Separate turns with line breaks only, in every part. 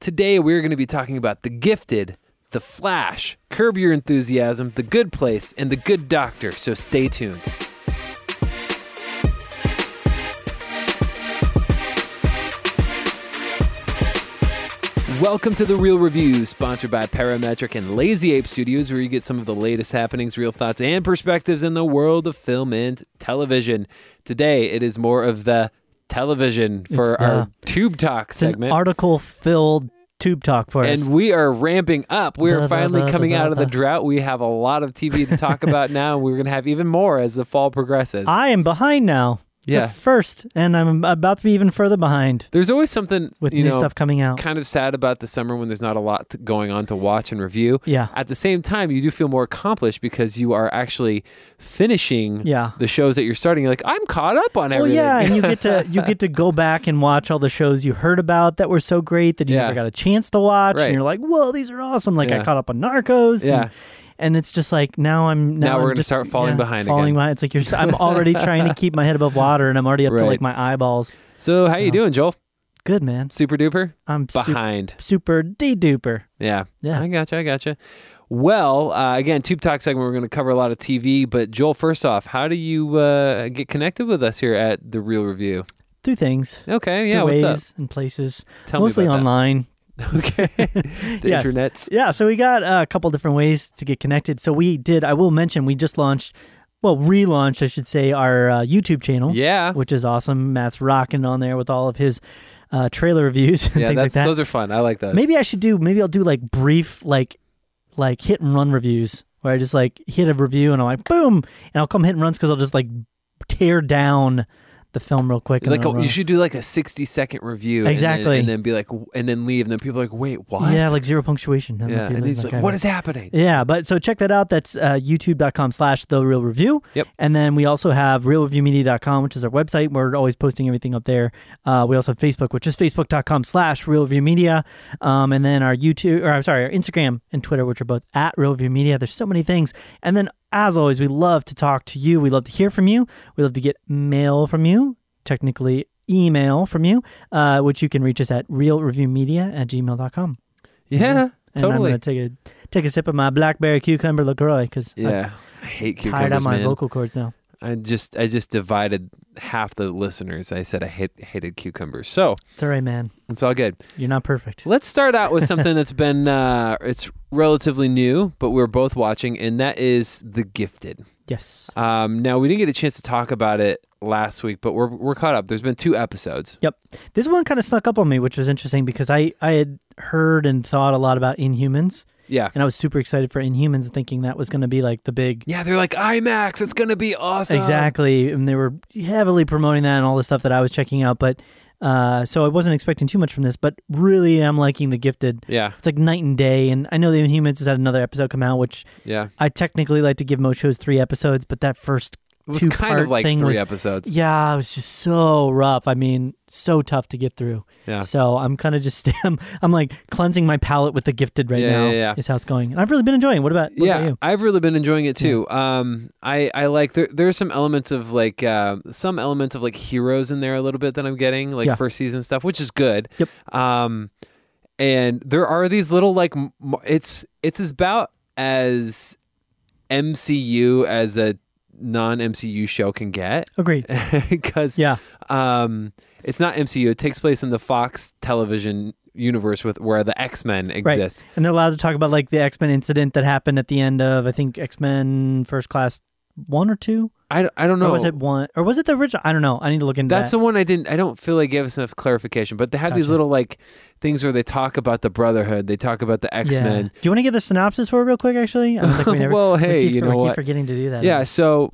Today, we're going to be talking about The Gifted, The Flash, Curb Your Enthusiasm, The Good Place, and The Good Doctor. So stay tuned. Welcome to The Real Review, sponsored by Parametric and Lazy Ape Studios, where you get some of the latest happenings, real thoughts, and perspectives in the world of film and television. Today, it is more of the television for
It's
our
the-
Tube Talk
It's
segment.
an article filled tube talk for us.
and we are ramping up. We are
Da, da,
finally
da, da,
coming
da,
out of the
da.
drought. We have a lot of TV to talk about now, and we're going to have even more as the fall progresses.
I am behind now. It's
Yeah.
a first, and I'm about to be even further behind
There's always something
with
you
new
know,
stuff coming out.
kind of sad about the summer when there's not a lot to, going on to watch and review.
Yeah.
At the same time, you do feel more accomplished because you are actually finishing
Yeah.
the shows that you're starting. You're like, I'm caught up on
Well,
everything.
yeah, and you get to you get to go back and watch all the shows you heard about that were so great that you
Yeah.
never got a chance to watch,
Right.
and you're like, "Whoa, these are awesome!" Like
Yeah.
I caught up on Narcos,
Yeah.
and, and it's just like now I'm
Now
now,
we're
I'm
gonna
just-
start falling
yeah,
behind
falling
again.
behind. It's like you're st- I'm already trying to keep my head above water, and I'm already up to
Right.
like my eyeballs.
So how you doing, Joel?
Good man,
Super duper?
I'm super,
Behind.
super de duper.
Yeah.
Yeah.
I gotcha. I gotcha. Well, uh, again, Tube Talk segment, we're going to cover a lot of TV. But, Joel, first off, how do you uh, get connected with us here at The Real Review?
Through things,
Okay. Yeah.
through
What's
ways
up?
and places,
Tell
mostly
me about
online.
that. Okay. the
Yes.
internet's.
Yeah, so we got uh, a couple different ways to get connected. So we did. I will mention we just launched, well, relaunched, I should say, our uh, YouTube channel.
Yeah.
which is awesome. Matt's rocking on there with all of his uh, trailer reviews and
Yeah.
things
That's,
like that.
Those are fun. I like those.
maybe I should do. Maybe I'll do like brief, like like hit and run reviews where I just like hit a review and I'm like boom, and I'll come hit and runs because I'll just like tear down the film real quick. and
like
then I'll
a, you
run.
should do like a 60 second review and then-
uh, Exactly.
and then, be like w- and then leave and then people are like wait what
yeah, like zero punctuation. I'm
yeah
not
and
feeling
he's
that
like
kind of-
what is happening
Yeah, but so check that out. That's uh, youtube.com slash the real review.
Yep.
And then we also have realreviewmedia.com, which is our website. We're always posting everything up there. Uh, we also have Facebook, which is facebook.com slash real review media. Um, and then our YouTube, or I'm sorry, our Instagram and Twitter, which are both at real review media. There's so many things. And then as always, we love to talk to you. We love to hear from you. We love to get mail from you, technically email from you, uh, which you can reach us at realreviewmedia at gmail.com.
yeah
And I'm
totally
gonna take a take a sip of my blackberry cucumber Lacroix because
yeah i hate
I'm tired
cucumbers
out my
man.
vocal cords now.
i just i just divided half the listeners i said i hate, hated cucumbers so
It's all right, man.
it's all good
You're not perfect.
Let's start out with something that's been uh, it's relatively new, but we're both watching, and that is The Gifted.
Yes.
Um, now we didn't get a chance to talk about it last week, but we're we're caught up. There's been two episodes.
Yep. This one kind of snuck up on me, which was interesting because I I had heard and thought a lot about Inhumans,
Yeah,
and I was super excited for Inhumans, thinking that was going to be like the big
yeah. They're like IMAX. It's gonna be awesome.
exactly, and they were heavily promoting that and all the stuff that I was checking out, but. Uh, so I wasn't expecting too much from this, but really I'm liking the gifted.
Yeah,
It's like night and day, and I know the Inhumans has had another episode come out, which
yeah.
I technically like to give most shows three episodes, but that first
It was
two
kind of
part
like three
thing was,
episodes.
yeah, it was just so rough. I mean, so tough to get through.
Yeah.
So I'm kind of just I'm, I'm like cleansing my palate with the gifted right
Yeah,
now.
yeah, yeah.
Is how it's going, and I've really been enjoying. it. What about what
yeah,
about you?
I've really been enjoying it too. Um, I I like there there's some elements of like uh, some elements of like heroes in there a little bit that I'm getting like
Yeah.
first season stuff, which is good.
Yep.
Um, and there are these little like m- m- it's it's as about as MCU as a non MCU show can get
Agreed.
because
Yeah.
um, it's not MCU. It takes place in the Fox television universe with where the X Men
Right.
exist.
And they're allowed to talk about like the X Men incident that happened at the end of I think X Men First Class one or two,
I, d- I don't know.
or was it one, or was it the original? I don't know. I need to look into
That's
that.
the one I didn't. I don't feel like gave us enough clarification. But they had these
Gotcha.
little like things where they talk about the Brotherhood. They talk about the X
Yeah.
Men.
Do you want to get the synopsis for it real quick? Actually, I don't think we never.
well,
we
hey,
keep-
you know
we keep
what?
forgetting to do that.
Yeah. So,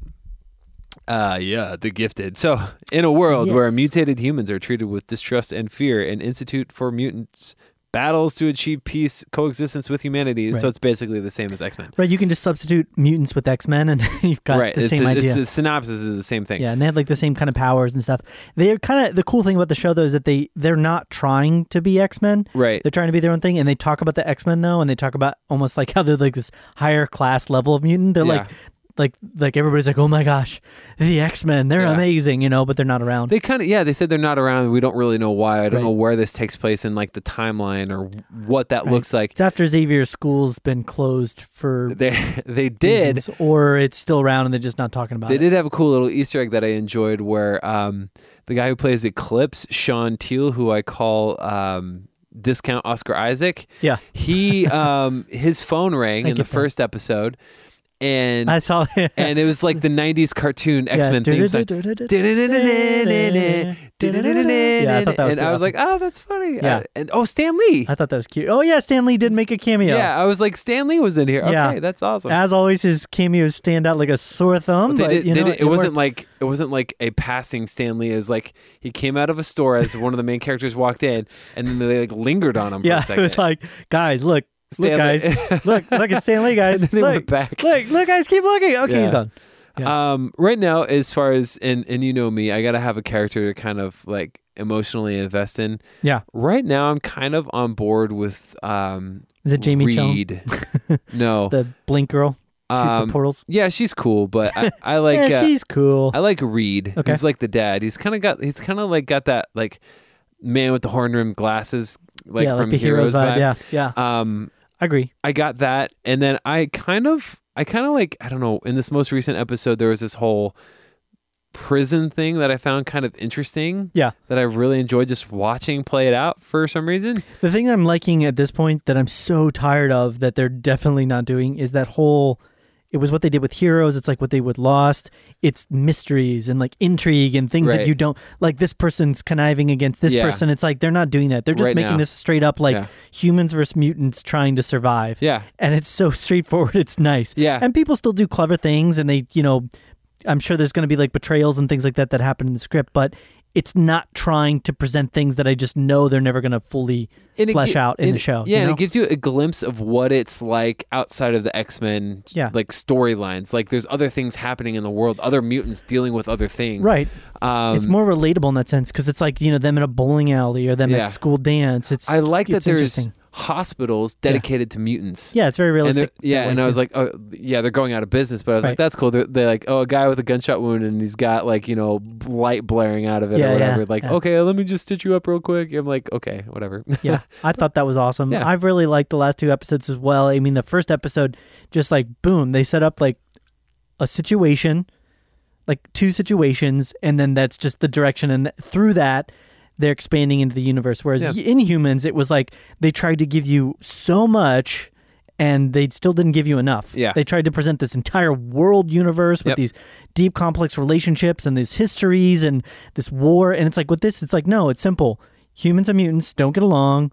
uh, yeah, the gifted. So, in a world where
Yes.
mutated humans are treated with distrust and fear, an institute for mutants battles to achieve peace, coexistence with humanity.
Right.
So it's basically the same as X Men.
Right, you can just substitute mutants with X Men, and you've got
right.
the
it's,
same
it's-
idea.
the synopsis is the same thing.
yeah, and they have like the same kind of powers and stuff. They're kind of the cool thing about the show though is that they they're not trying to be X Men.
Right.
They're trying to be their own thing, and they talk about the X Men though, and they talk about almost like how they're like this higher class level of mutant. They're
Yeah.
like like like everybody's like, oh my gosh, the X Men, they're
Yeah.
amazing, you know, but they're not around.
They kind of yeah. They said they're not around. We don't really know why. I don't
Right.
know where this takes place in like the timeline or what that
Right.
looks like.
it's after Xavier's school's been closed for
They they did
reasons, or it's still around and they're just not talking about
They
it.
did have a cool little Easter egg that I enjoyed where um, the guy who plays Eclipse, Sean Teal, who I call um, Discount Oscar Isaac,
Yeah,
he um, his phone rang
I
in the
get that.
first episode, and
I saw it.
and it was like the '90s cartoon X Men theme song.
Yeah, I thought that was
and I was
pretty
like, oh, that's funny.
Yeah.
Uh, and oh, Stan Lee.
I thought that was cute. Oh yeah, Stan Lee did make a cameo.
Yeah, I was like, Stan Lee was in here.
Yeah.
Okay, that's awesome.
As always, his cameos stand out like a sore thumb.
They
but
did,
you
they
know,
did- it wasn't
worked.
like it wasn't like a passing Stanley. Is like he came out of a store as one of the main characters walked in, and then they like lingered on him for
Yeah,
a
it
second.
was like, guys, look, look,
Stanley-
guys, look, look at Stan Lee,
and
guys.
then they went
Look,
back.
look, look, guys, keep looking. Okay,
Yeah.
he's gone. yeah.
Um, right now, as far as and and you know me, I gotta have a character to kind of like emotionally invest in.
Yeah.
Right now, I'm kind of on board with um
Is it Jamie Chung,
Reed. no,
the Blink girl? Shoots
um,
the portals.
yeah, she's cool, but I, I like
yeah,
uh,
she's cool.
I like Reed.
Okay.
He's like the dad. He's kind of got. He's kind of like got that like man with the horn rimmed glasses, like
yeah,
from
like the
Heroes, vibe.
Yeah, yeah,
Um,
I agree.
I got that, and then I kind of, I kind of like, I don't know. In this most recent episode, there was this whole prison thing that I found kind of interesting.
Yeah.
That I really enjoyed just watching play it out for some reason.
The thing that I'm liking at this point that I'm so tired of that they're definitely not doing is that whole it was what they did with heroes, it's like what they would lost. It's mysteries and like intrigue and things
Right.
that you don't like this person's conniving against this
Yeah.
person. It's like they're not doing that. They're just
Right
making
now.
this straight up like
Yeah.
humans versus mutants trying to survive.
Yeah.
And it's so straightforward, it's nice.
Yeah.
And people still do clever things and they, you know, I'm sure there's going to be like betrayals and things like that that happen in the script, but it's not trying to present things that I just know they're never going to fully
And it
flesh
gi-
out in
and-
the show.
Yeah,
you
and
know?
it gives you a glimpse of what it's like outside of the X Men,
Yeah.
like storylines. Like there's other things happening in the world, other mutants dealing with other things.
right.
Um,
it's more relatable in that sense because it's like you know them in a bowling alley or them
Yeah.
at school dance. It's
I like that
it's
there's
interesting.
hospitals dedicated to mutants.
yeah, it's very
And they're-
realistic.
yeah,
that
and
way,
I was
too.
like, oh, yeah, they're going out of business. But I was like,
Right.
that's cool. They're, they're like, oh, a guy with a gunshot wound, and he's got like, you know, light blaring out of it
Yeah,
or
yeah,
whatever. like,
yeah.
okay, let me just stitch you up real quick. I'm like, okay, whatever.
yeah, I thought that was awesome.
Yeah.
I've really liked the last two episodes as well. I mean, the first episode, just like boom, they set up like a situation, like two situations, and then that's just the direction. And th- through that, they're expanding into the universe. Whereas
Yeah.
in humans, it was like they tried to give you so much. And they still didn't give you enough.
Yeah.
They tried to present this entire world universe with
Yep.
these deep, complex relationships and these histories and this war. And it's like, with this, it's like, no, it's simple. Humans and mutants don't get along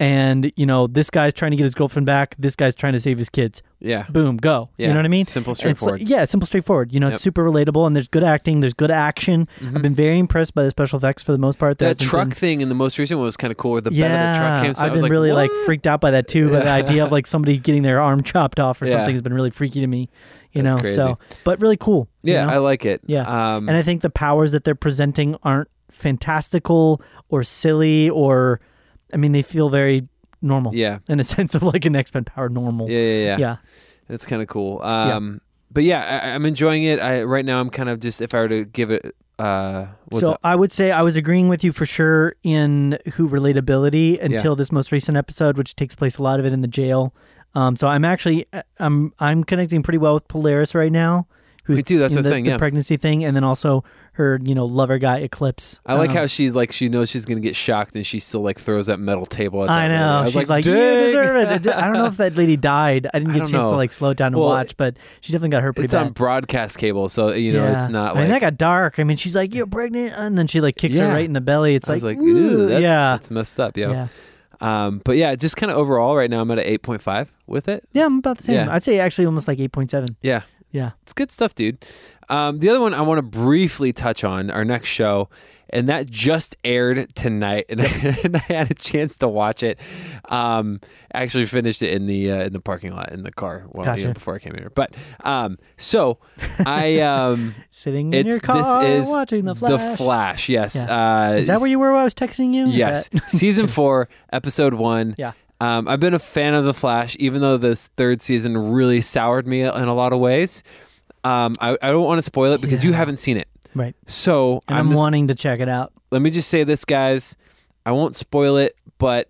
and you know this guy's trying to get his girlfriend back this guy's trying to save his kids
yeah.
boom go
Yeah.
you know what i mean
Simple,
And it's like-
straightforward.
yeah simple straightforward you
Yep.
know
Mm-hmm.
it's super relatable and there's good acting there's good action i've been very impressed by the special effects for the most part
that
hasn't
truck
been-
thing in the most recent one was kind of cool. Where the bed of the truck
yeah,
came. So I
I've
was
been
like,
really like
"What?"
freaked out by that too. But the idea of like somebody getting their arm chopped off or
Yeah.
something has been really freaky to me, you
That's
know.
crazy.
So, but really cool. you
Yeah,
know?
I like it.
Yeah.
Um,
and I think the powers that they're presenting aren't fantastical or silly or, I mean, they feel very normal
yeah.
in a sense of like an X Men power normal.
Yeah, yeah, yeah.
Yeah.
That's kind of cool. Um, But yeah, I, I'm enjoying it. I right now I'm kind of just if I were to give it. Uh, what's
So
up?
I would say I was agreeing with you for sure in who relatability until this most recent episode, which takes place a lot of it in the jail. Um, so I'm actually I'm I'm connecting pretty well with Polaris right now. Who's
Me too, that's what
in
I was
the,
saying,
the
yeah.
pregnancy thing, and then also her you know lover guy Eclipse.
I like
Um,
how she's like she knows she's gonna get shocked and she still like throws that metal table. at that
I
lady.
know.
was
She's like, you
"Dang."
deserve it. I don't know if that lady died. I didn't
I
get a
don't
chance
know.
to like slow it down and
Well,
watch, but she definitely got hurt pretty
it's
bad.
on broadcast cable, so you know it's not
I
like.
mean, that got dark. I mean, she's like, "You're pregnant," and then she like kicks
Yeah.
her right in the belly. It's
I
like,
was like,
"Ooh,
ooh, that's,
yeah,
that's messed up, yo.
yeah,
Um, but yeah, just kind of overall, right now I'm at an 8.5 with it.
yeah." I'm about the same.
Yeah.
I'd say actually almost like eight point seven.
Yeah,
Yeah,
it's good stuff, dude. Um, the other one I want to briefly touch on our next show, and that just aired tonight, and I, and I had a chance to watch it. Um, I actually finished it in the uh, in the parking lot in the car well, you know,
Gotcha.
before I came here. But um, so I um,
sitting in
it's
your car
this is
watching the Flash.
The Flash, yes. Uh,
Is that where you were? While I was texting you. Is
Yes,
that-
season four, episode one.
yeah.
Um, I've been a fan of The Flash, even though this third season really soured me in a lot of ways. Um, I, I don't want to spoil it because you haven't seen it.
Right.
So
And I'm,
the-
wanting to check it out.
let me just say this, guys. I won't spoil it, but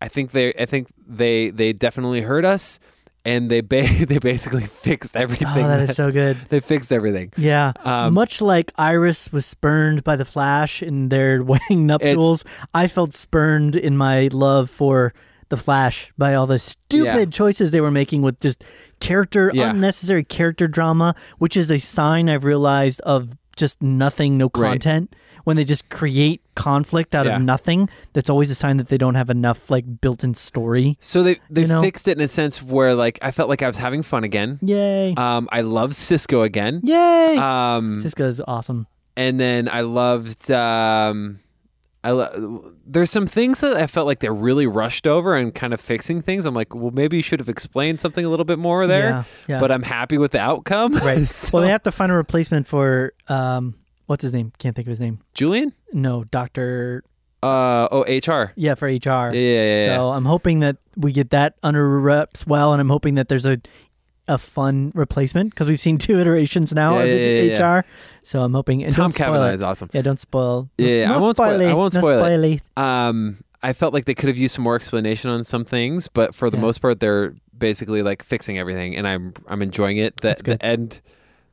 I think they I think they they definitely heard us, and they ba- they basically fixed everything.
Oh, that is so good.
they fixed everything.
Yeah.
Um,
Much like Iris was spurned by the Flash in their wedding nuptials, I felt spurned in my love for the Flash by all the stupid choices they were making with just character,
Yeah.
unnecessary character drama, which is a sign I've realized of just nothing, no
Right.
content. When they just create conflict out
Yeah.
of nothing, that's always a sign that they don't have enough like built-in story.
So they they
You know?
fixed it in a sense where like I felt like I was having fun again.
Yay!
Um, I love Cisco again.
Yay!
Um,
Cisco's awesome.
and then I loved. Um, I lo- there's some things that I felt like they really rushed over and kind of fixing things. I'm like, well, maybe you should have explained something a little bit more there.
Yeah, yeah.
But I'm happy with the outcome.
Right.
So-
Well, they have to find a replacement for um, what's his name? Can't think of his name.
Julian.
No, Doctor.
Uh oh, HR.
Yeah, for HR.
Yeah, yeah, yeah.
So I'm hoping that we get that under wraps well, and I'm hoping that there's a a fun replacement because we've seen two iterations now
Yeah,
of
yeah, yeah, yeah.
HR. So I'm hoping. And
Tom
don't spoil
Cavanaugh
it.
is awesome.
Yeah, don't spoil. no
Yeah, yeah, I
no
won't spoil it. I
spoily,
won't
no
spoil it.
spoily.
Um, I felt like they could have used some more explanation on some things, but for the
Yeah.
most part, they're basically like fixing everything, and I'm I'm enjoying it. The
That's good.
the end,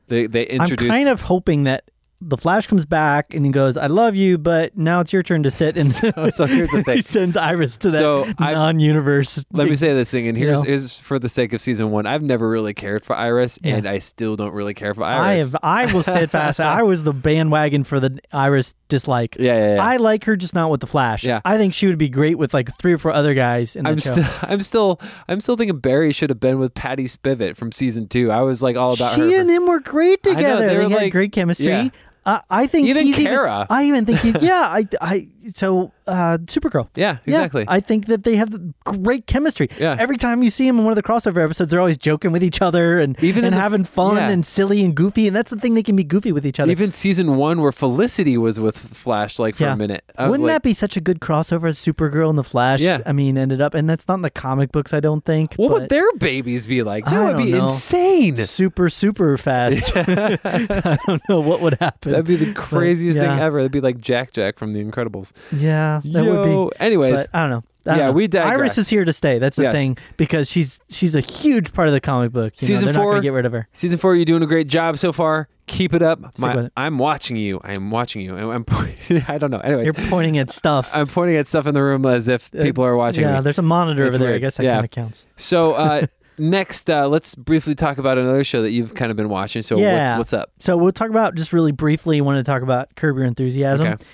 they they
I'm
introduced.
kind of hoping that the Flash comes back and he goes, "I love you, but now it's your turn to sit." And
So- Oh, so here's the thing.
he sends Iris to that
So I-
non-universe.
let me say this thing, and here's
know.
is for the sake of season one. I've never really cared for Iris,
Yeah.
and I still don't really care for
I
Iris.
have. I will steadfast. I was the bandwagon for the Iris dislike.
yeah, yeah, yeah.
I like her, just not with the Flash.
Yeah.
I think she would be great with like three or four other guys in the
I'm
show.
still, I'm still, I'm still thinking Barry should have been with Patty Spivot from season two. I was like all about
she
her. for-
and him were great
I know,
together.
they
they
were
had
like-
great chemistry.
yeah.
Uh, I think
Even
he's
Kara.
I even think he, yeah. I I so uh, Supergirl.
yeah,
Yeah,
exactly.
I think that they have great chemistry.
Yeah.
Every time you see them in one of the crossover episodes, they're always joking with each other and
Even in
and
the-
having fun
yeah.
and silly and goofy. And that's the thing they can be goofy with each other.
Even season one, where Felicity was with Flash, like for
Yeah.
a minute. I was
Wouldn't
like,
that be such a good crossover as Supergirl and the Flash?
Yeah.
I mean, ended up, and that's not in the comic books, I don't think.
What would
but
their babies be like? That
I
would
don't
be
know.
insane.
super super fast? I don't know what would happen.
That'd be the craziest
yeah.
thing ever. It'd be like Jack Jack from The Incredibles.
yeah, that
Yo.
would be.
Anyways,
But I don't know. I don't
Yeah,
know.
we digress.
Iris is here to stay. That's the
Yes.
thing because she's she's a huge part of the comic book. You know,
Season
they're not
four,
gonna get rid of her.
season four, you're doing a great job so far. Keep it up. My-
with it.
I'm watching you. I'm watching you. I'm, I'm I don't know. Anyways,
You're pointing at stuff.
I'm pointing at stuff in the room as if
Uh,
people are watching
yeah,
me.
there's a monitor
It's
over there. I
weird.
guess that
Yeah.
kind of counts.
So uh, next, uh, let's briefly talk about another show that you've kind of been watching. So
Yeah.
what's what's up?
So we'll talk about just really briefly. Wanted to talk about Curb Your Enthusiasm.
Okay.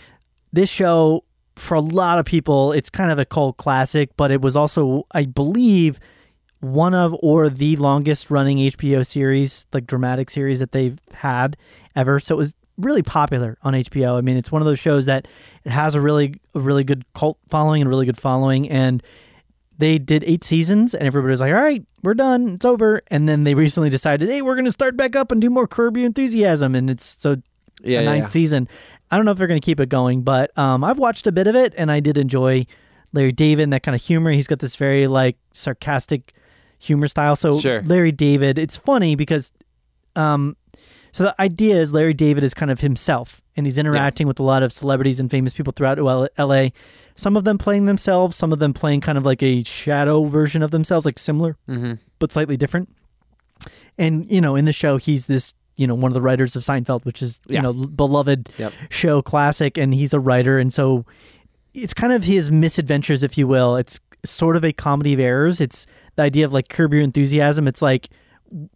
This show, for a lot of people, it's kind of a cult classic, but it was also, I believe, one of or the longest running HBO series, like dramatic series that they've had ever. So it was really popular on HBO. I mean, it's one of those shows that it has a really, a really good cult following and really good following, and they did eight seasons and everybody was like, all right, we're done. It's over. And then they recently decided, hey, we're going to start back up and do more Curb Your Enthusiasm. And it's so
Yeah,
a
yeah,
ninth
yeah.
season. I don't know if they're going to keep it going, but um, I've watched a bit of it and I did enjoy Larry David and that kind of humor. He's got this very like sarcastic humor style. So
Sure.
Larry David, it's funny because um, so the idea is Larry David is kind of himself, and he's interacting with a lot of celebrities and famous people throughout L- L.A. Some of them playing themselves, some of them playing kind of like a shadow version of themselves, like similar but slightly different. And you know, in the show, he's this you know one of the writers of Seinfeld, which is
Yeah.
you know beloved
Yep.
show classic, and he's a writer, and so it's kind of his misadventures, if you will. It's sort of a comedy of errors. It's the idea of like curb your enthusiasm. It's like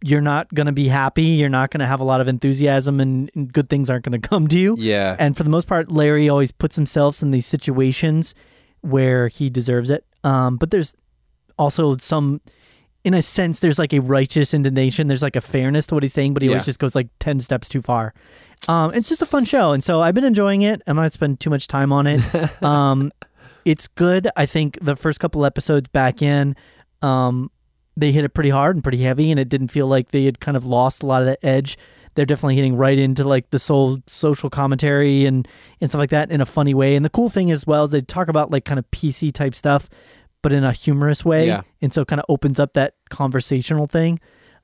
you're not going to be happy. You're not going to have a lot of enthusiasm, and, and good things aren't going to come to you.
Yeah.
And for the most part, Larry always puts himself in these situations where he deserves it. Um, but there's also some, in a sense, there's like a righteous indignation. There's like a fairness to what he's saying, but he
Yeah.
always just goes like 10 steps too far. Um, it's just a fun show. And so I've been enjoying it. I'm not spending too much time on it. um, it's good. I think the first couple episodes back in, um, they hit it pretty hard and pretty heavy, and it didn't feel like they had kind of lost a lot of that edge. They're definitely hitting right into like the soul social commentary and and stuff like that in a funny way. And the cool thing as well is they talk about like kind of PC type stuff, but in a humorous way,
Yeah.
and so it kind of opens up that conversational thing.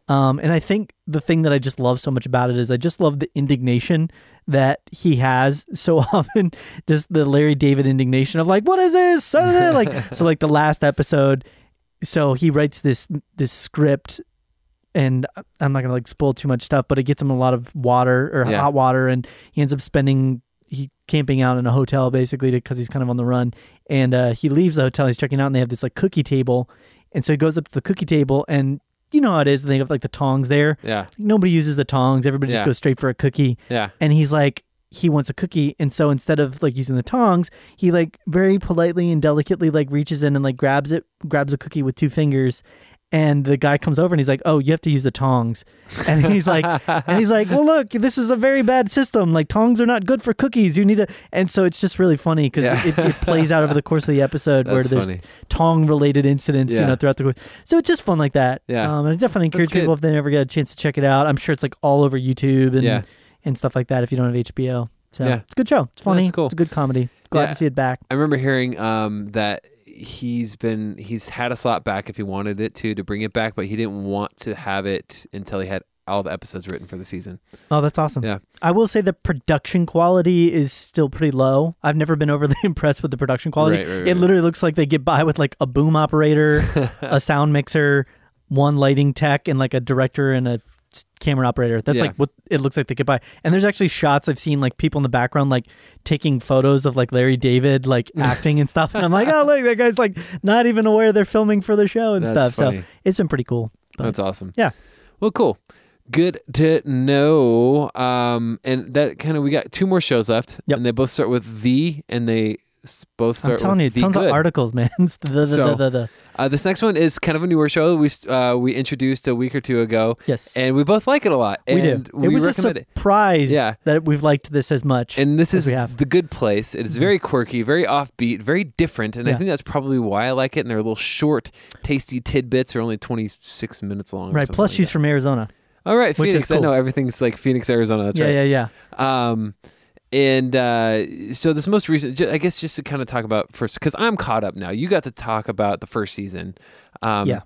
Um, and I think the thing that I just love so much about it is I just love the indignation that he has so often, just the Larry David indignation of like, what is this? like, so like the last episode, so he writes this this script, and I'm not gonna like spoil too much stuff, but it gets him a lot of water or
Yeah.
hot water, and he ends up spending he camping out in a hotel basically because he's kind of on the run, and uh, he leaves the hotel. He's checking out, and they have this like cookie table, and so he goes up to the cookie table, and you know how it is. They have like the tongs there.
Yeah.
Nobody uses the tongs. Everybody
Yeah.
just goes straight for a cookie.
Yeah.
And he's like, he wants a cookie, and so instead of like using the tongs, he like very politely and delicately like reaches in and like grabs it, grabs a cookie with two fingers. And the guy comes over and he's like, "Oh, you have to use the tongs," and he's like, and he's like, "Well, look, this is a very bad system. Like tongs are not good for cookies. You need to." And so it's just really funny because
Yeah.
it, it plays out over the course of the episode where
That's
there's
funny.
tong related incidents,
Yeah.
you know, throughout the course. So it's just fun like that.
Yeah.
Um, and I definitely
That's
encourage people
good.
if they never get a chance to check it out. I'm sure it's like all over YouTube and
Yeah.
and stuff like that if you don't have HBO. So
Yeah.
it's a good show. It's funny.
That's cool.
It's a good comedy. Glad
Yeah.
to see it back.
I remember hearing um, that he's been he's had a slot back if he wanted it to to bring it back, but he didn't want to have it until he had all the episodes written for the season.
Oh, that's awesome.
Yeah.
I will say the production quality is still pretty low. I've never been overly impressed with the production quality.
Right, right,
it
right.
literally looks like they get by with like a boom operator, a sound mixer, one lighting tech, and like a director and a s- camera operator. That's
Yeah.
like what it looks like they get by. And there's actually shots I've seen like people in the background like taking photos of like Larry David like acting and stuff. And I'm like, oh look, that guy's like not even aware they're filming for the show and
That's
stuff.
funny.
So it's been pretty cool. But-
That's awesome.
Yeah.
Well, cool. Good to know. Um, and that kind of we got two more shows left,
Yep.
and they both start with the, and they s- both
I'm
start.
telling you,
with the
tons
good.
of articles, man. It's the- the- the-
So-
the- the-
Uh, this next one is kind of a newer show. We s- uh, we introduced a week or two ago,
Yes.
and we both like it a lot.
we do.
and We
it was a
recommend it.
surprise
Yeah.
that we've liked this as much.
And this
as
is
we have. Mm-hmm.
the good place. It is very quirky, very offbeat, very different, and I
Yeah.
think that's probably why I like it. And they're little short, tasty tidbits. They're only twenty six minutes long. or
right.
something
Plus,
like
she's
that.
from Arizona.
all right.
which is
Phoenix. I
cool.
know everything's like Phoenix, Arizona. That's
yeah,
right.
yeah, yeah.
Um, and uh, so this most recent, ju- I guess, just to kind of talk about first, because I'm caught up now. You got to talk about the first season. Um,
Yeah.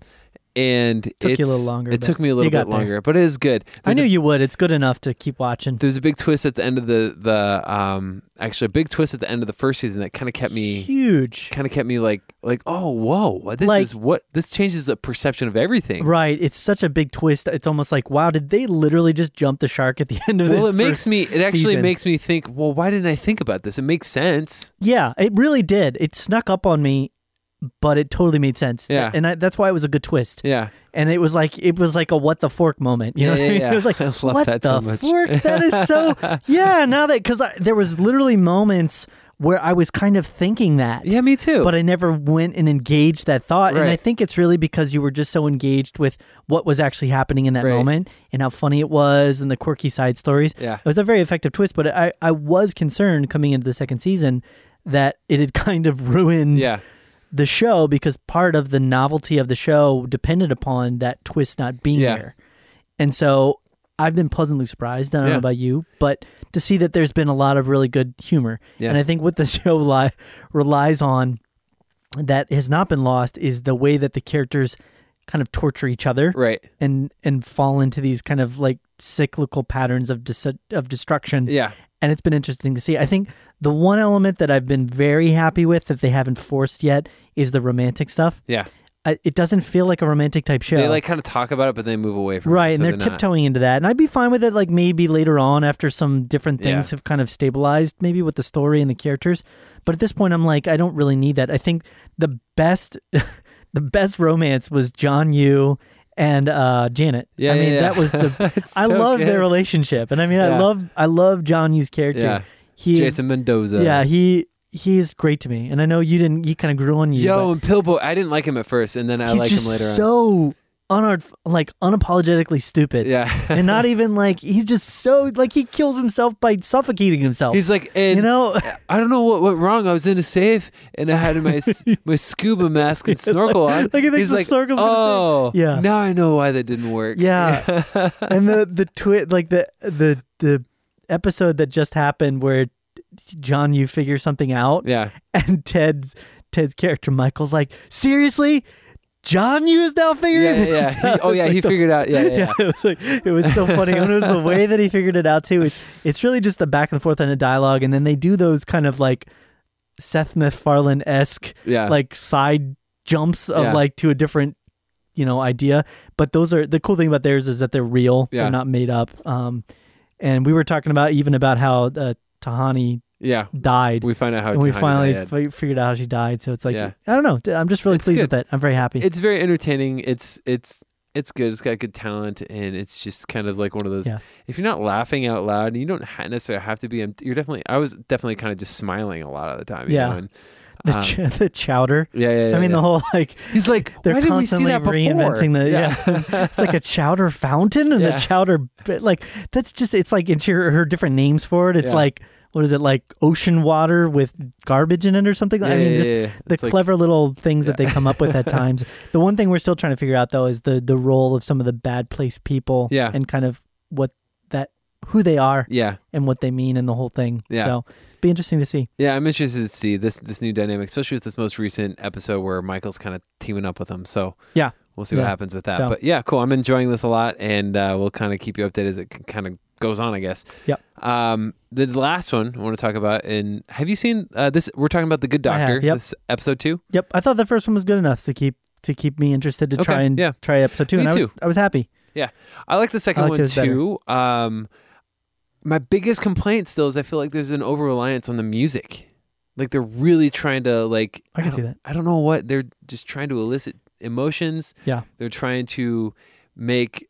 And
Took you a
it's-
little longer,
It
but
took me a
you
little
got
bit
there.
longer, but it is good.
I
There's
knew
a-
you would. It's good enough to keep watching.
There's a big twist at the end of the the um actually a big twist at the end of the first season that kind of kept me
Huge.
kind of kept me like like oh whoa this
Like-
is what this changes the perception of everything.
Right. It's such a big twist. It's almost like, wow, did they literally just jump the shark at the end of this?
Well, it makes
first
me it actually
season?
makes me think. Well, why didn't I think about this? It makes sense.
Yeah, it really did. It snuck up on me, but it totally made sense.
Yeah.
And I, that's why it was a good twist.
Yeah.
and it was like it was like a what the fork moment. You know,
Yeah,
what I
yeah,
mean?
yeah.
it was like
I love
what
that
the
so much.
fork. That is so yeah. Now that because there was literally moments where I was kind of thinking that.
Yeah. Me too.
But I never went and engaged that thought. And I
Right.
think it's really because you were just so engaged with what was actually happening in that
Right.
moment and how funny it was and the quirky side stories.
Yeah.
It was a very effective twist, but I, I was concerned coming into the second season that it had kind of ruined
yeah.
the show because part of the novelty of the show depended upon that twist not being
Yeah.
there. And so I've been pleasantly surprised. I don't
Yeah.
know about you, but to see that there's been a lot of really good humor.
Yeah.
And I think what the show li- relies on that has not been lost is the way that the characters kind of torture each other
Right.
and and fall into these kind of like cyclical patterns of dis- of destruction
Yeah.
and it's been interesting to see. I think the one element that I've been very happy with that they haven't forced yet is the romantic stuff.
Yeah.
I, it doesn't feel like a romantic type show.
They like kind of talk about it, but they move away from it.
right, and
so
they're,
not-
tiptoeing into that. And I'd be fine with it like maybe later on after some different things have kind of stabilized maybe with the story and the characters. But at this point I'm like I don't really need that. I think the best the best romance was John Yu and uh Janet.
Yeah,
I
yeah,
mean
yeah.
that was the
It's
I
so
love
good.
their relationship. And I mean I
Yeah.
love I love John Yu's character.
Yeah.
He is-
Jason Mendoza.
yeah, he he is great to me, and I know you didn't. He kind of grew on you.
Yo, and Pillboy. I didn't like him at first, and then
but
I
he's
like
just
him later on.
so unart like unapologetically stupid.
Yeah.
and not even like he's just so like he kills himself by suffocating himself.
He's like, and
you know,
I don't know what went wrong. I was in a safe and I had my s- my scuba mask and snorkel on.
Like, he thinks
He's
the
like,
snorkel's gonna
oh,
save- Yeah.
Now I know why that didn't work.
Yeah.
"Oh."
and the the twit like the the the episode that just happened where John you figure something out
yeah.
and Ted's Ted's character Michael's like seriously John Usedow figured
Yeah, yeah,
this
yeah.
out.
He- oh
It's
yeah,
like
he
the-
figured out. Yeah, yeah. yeah.
yeah, it was like it was so funny. And it was the way that he figured it out too. It's it's really just the back and forth on a dialogue, and then they do those kind of like Seth MacFarlane esque
Yeah.
like side jumps of
Yeah.
like to a different you know idea. But those are the cool thing about theirs is that they're real.
Yeah.
They're not made up. Um, and we were talking about even about how uh, Tahani
yeah.
died.
We find out how
and we
Tahani
finally
died.
fi- figured out how she died. So it's like,
Yeah.
I don't know. D- I'm just really
It's
pleased
good.
with that. I'm very happy.
It's very entertaining. It's it's it's good. It's got good talent, and it's just kind of like one of those.
Yeah.
If you're not laughing out loud, you don't ha- necessarily have to be. I'm- You're definitely. I was definitely kind of just smiling a lot of the time. You
Yeah.
Know? And,
the,
um,
ch- the chowder.
yeah, yeah, yeah.
I mean,
yeah.
the whole like
He's like,
they're
why didn't we see
constantly
that before?
reinventing the yeah. it's like a chowder fountain and
Yeah.
a chowder bit. Like that's just it's like it's her, her different names for it. It's
Yeah.
like what is it like ocean water with garbage in it or something? I
Yeah,
mean,
yeah,
just
yeah, yeah.
the
It's like-
clever little things that
Yeah.
they come up with at times. The one thing we're still trying to figure out though is the the role of some of the bad place people.
Yeah.
and kind of what that who they are
yeah,
and what they mean and the whole thing.
Yeah.
So be interesting to see.
yeah. I'm interested to see this this new dynamic, especially with this most recent episode where Michael's kind of teaming up with him. So
Yeah.
we'll see what
Yeah.
happens with that.
So-
But yeah, cool. I'm enjoying this a lot, and uh, we'll kind of keep you updated as it kind of goes on, I guess.
Yep.
Um, the last one I want to talk about, and have you seen uh, this? We're talking about the Good
I have,
Doctor.
yep.
This episode two.
Yep, I thought the first one was good enough to keep to keep me interested to
Okay,
try and
yeah.
try episode two,
Me
and I was
too.
I was happy.
I like the second
liked
one
his better.
too. Um, my biggest complaint still is I feel like there's an over reliance on the music. Like they're really trying to like
I can
don't-
see that.
I don't know what they're just trying to elicit emotions.
Yeah.
They're trying to make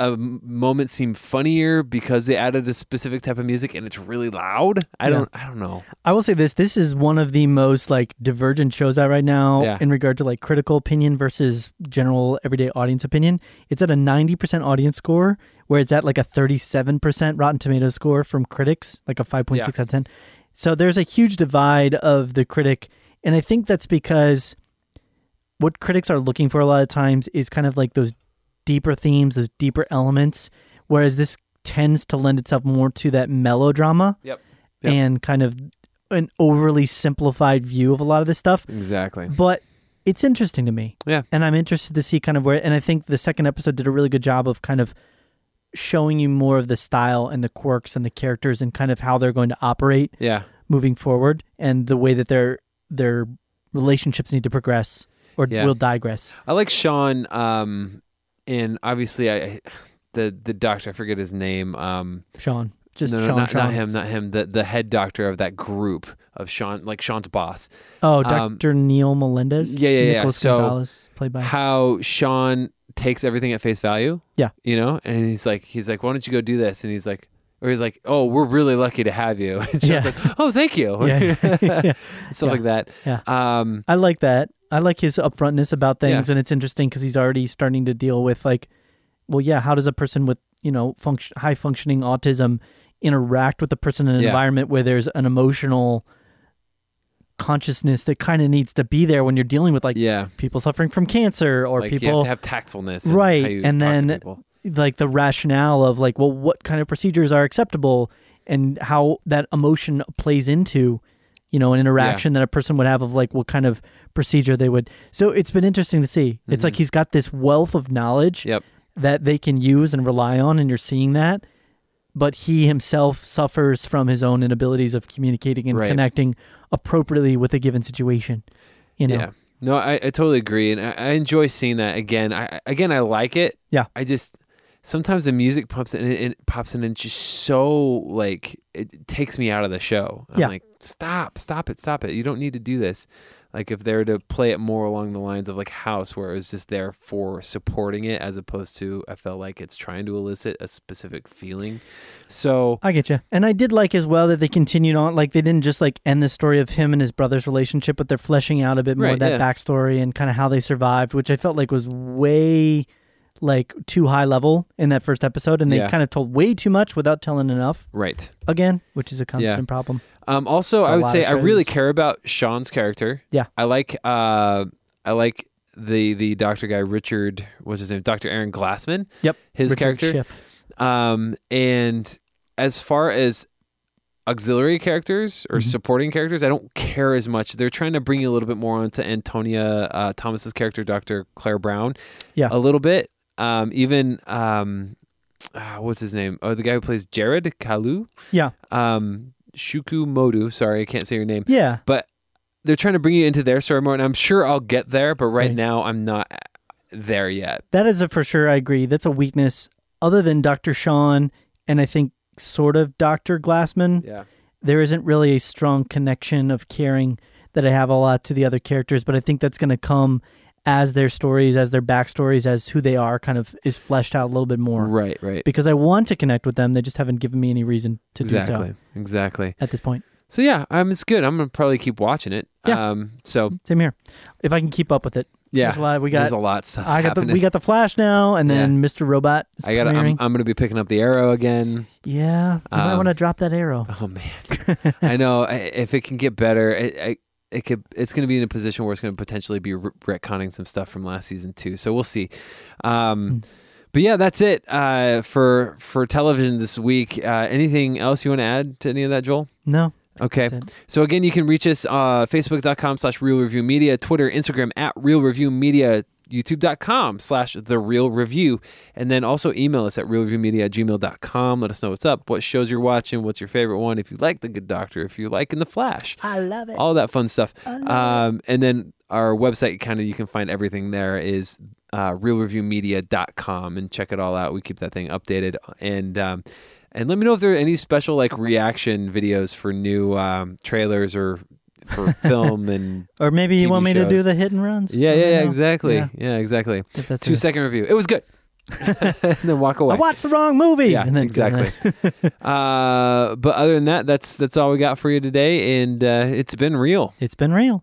a m- moment seem funnier because they added a specific type of music and it's really loud. I
Yeah.
don't I don't know.
I will say this: this is one of the most like divergent shows out right now
Yeah.
in regard to like critical opinion versus general everyday audience opinion. It's at a ninety percent audience score, where it's at like a thirty-seven percent Rotten Tomatoes score from critics, like a five point six out of ten. So there's a huge divide of the critic, and I think that's because what critics are looking for a lot of times is kind of like those deeper themes, those deeper elements, whereas this tends to lend itself more to that melodrama
Yep. Yep.
and kind of an overly simplified view of a lot of this stuff.
Exactly.
But it's interesting to me.
Yeah.
And I'm interested to see kind of where, and I think the second episode did a really good job of kind of showing you more of the style and the quirks and the characters and kind of how they're going to operate
Yeah.
moving forward and the way that their their relationships need to progress or
Yeah.
will digress.
I like Sean, um, and obviously I, I the the doctor I forget his name. Um,
Sean, just
no, no,
Sean,
not,
Sean.
not him, not him. The the head doctor of that group of Sean, like Sean's boss.
Oh,
Um,
Dr. Neil Melendez.
yeah, yeah, yeah.
Nicholas
So-
Gonzalez, played by.
How Sean takes everything at face value.
Yeah.
you know, and he's like, he's like, why don't you go do this? And he's like. Or he's like, "Oh, we're really lucky to have you." And Sean's
Yeah.
like, "Oh, thank you,"
Yeah. Yeah.
stuff
Yeah.
like that.
Yeah.
Um,
I like that. I like his upfrontness about things, and it's interesting because he's already starting to deal with like, well, yeah, how does a person with you know function high functioning autism interact with a person in an
Yeah.
environment where there's an emotional consciousness that kind of needs to be there when you're dealing with like
yeah,
people suffering from cancer or
like you have
people
to have tactfulness, in how
Right,
you
and
talk to
then-
people.
like the rationale of like well what kind of procedures are acceptable and how that emotion plays into you know an interaction that a person would have of like what kind of procedure they would so it's been interesting to see it's like he's got this wealth of knowledge
Mm-hmm. Yep.
that they can use and rely on and you're seeing that but he himself suffers from his own inabilities of communicating and
Right.
connecting appropriately with a given situation you know
Yeah. No, I, I totally agree, and I, I enjoy seeing that again. I I- again I like it.
Yeah.
I just sometimes the music pops in and it pops in and just so like it takes me out of the show. I'm
Yeah.
like, stop, stop it, stop it. You don't need to do this. Like if they were to play it more along the lines of like House, where it was just there for supporting it, as opposed to I felt like it's trying to elicit a specific feeling. So
I get you. And I did like as well that they continued on. Like they didn't just like end the story of him and his brother's relationship, but they're fleshing out a bit more
Right, yeah.
that backstory and kind of how they survived, which I felt like was way like too high level in that first episode. And they
Yeah.
kind of told way too much without telling enough
right.
again, which is a constant problem.
Um, also,
For
I
a
would
lot
say
of
I really
shows.
care about Sean's character.
Yeah.
I like uh, I like the the doctor guy Richard. What's his name? Doctor Aaron Glassman.
Yep.
His
Richard
Um, character.
Schiff.
Um, and as far as auxiliary characters
Mm-hmm.
or supporting characters, I don't care as much. They're trying to bring you a little bit more onto Antonia uh, Thomas's character, Dr. Claire Brown.
Yeah.
A little bit. Um, even, um, ah, what's his name? Oh, the guy who plays Jared Kalu.
Yeah.
Um, Shuku Modu. Sorry, I can't say your name.
Yeah.
But they're trying to bring you into their story more, and I'm sure I'll get there, but right,
Right.
now I'm not there yet.
That is a for sure. I agree. That's a weakness. Other than Dr. Sean and I think sort of Dr. Glassman,
Yeah.
there isn't really a strong connection of caring that I have a lot to the other characters, but I think that's going to come as their stories, as their backstories, as who they are kind of is fleshed out a little bit more.
Right, right.
Because I want to connect with them. They just haven't given me any reason to do
Exactly.
so
Exactly.
at this point.
So yeah, um, it's good. I'm gonna probably keep watching it.
Yeah.
Um, so
Same here. If I can keep up with it.
yeah,
There's a lot. We
there's
got,
a lot of stuff
I got the,
happening.
we got the Flash now and then Mr. Robot is
I got. I'm,
premiering.
I'm gonna be picking up the arrow again.
yeah. You might
Um,
want to drop that arrow.
Oh man, I know. I, if it can get better, I, I it could. It's gonna be in a position where it's gonna potentially be re- retconning some stuff from last season too. So we'll see.
Hmm.
Um, but yeah, that's it uh, for for television this week. Uh, anything else you want to add to any of that, Joel?
No.
Okay.
That's it.
So again, you can reach us uh, facebook.com slash real review media, Twitter, Instagram at real review media, youtube.com slash the real review. And then also email us at realreviewmedia at gmail.com. Let us know what's up, what shows you're watching, what's your favorite one, if you like The Good Doctor, if you like In the Flash,
I love it.
all that fun stuff.
I love
Um, and then our website, kind of, you can find everything there is uh, realreviewmedia.com and check it all out. We keep that thing updated. And, um, and let me know if there are any special like reaction videos for new um, trailers or for film and
Or maybe you
TV
want me to do
shows.
the hit and runs.
yeah,
I
yeah,
don't
yeah,
know
exactly.
Yeah.
Yeah, exactly.
if that's
Two
a-
second review. It was good. and then walk away.
I watched the wrong movie.
Yeah,
And then-
exactly. uh, but other than that, that's that's all we got for you today. And uh, it's been real.
It's been real.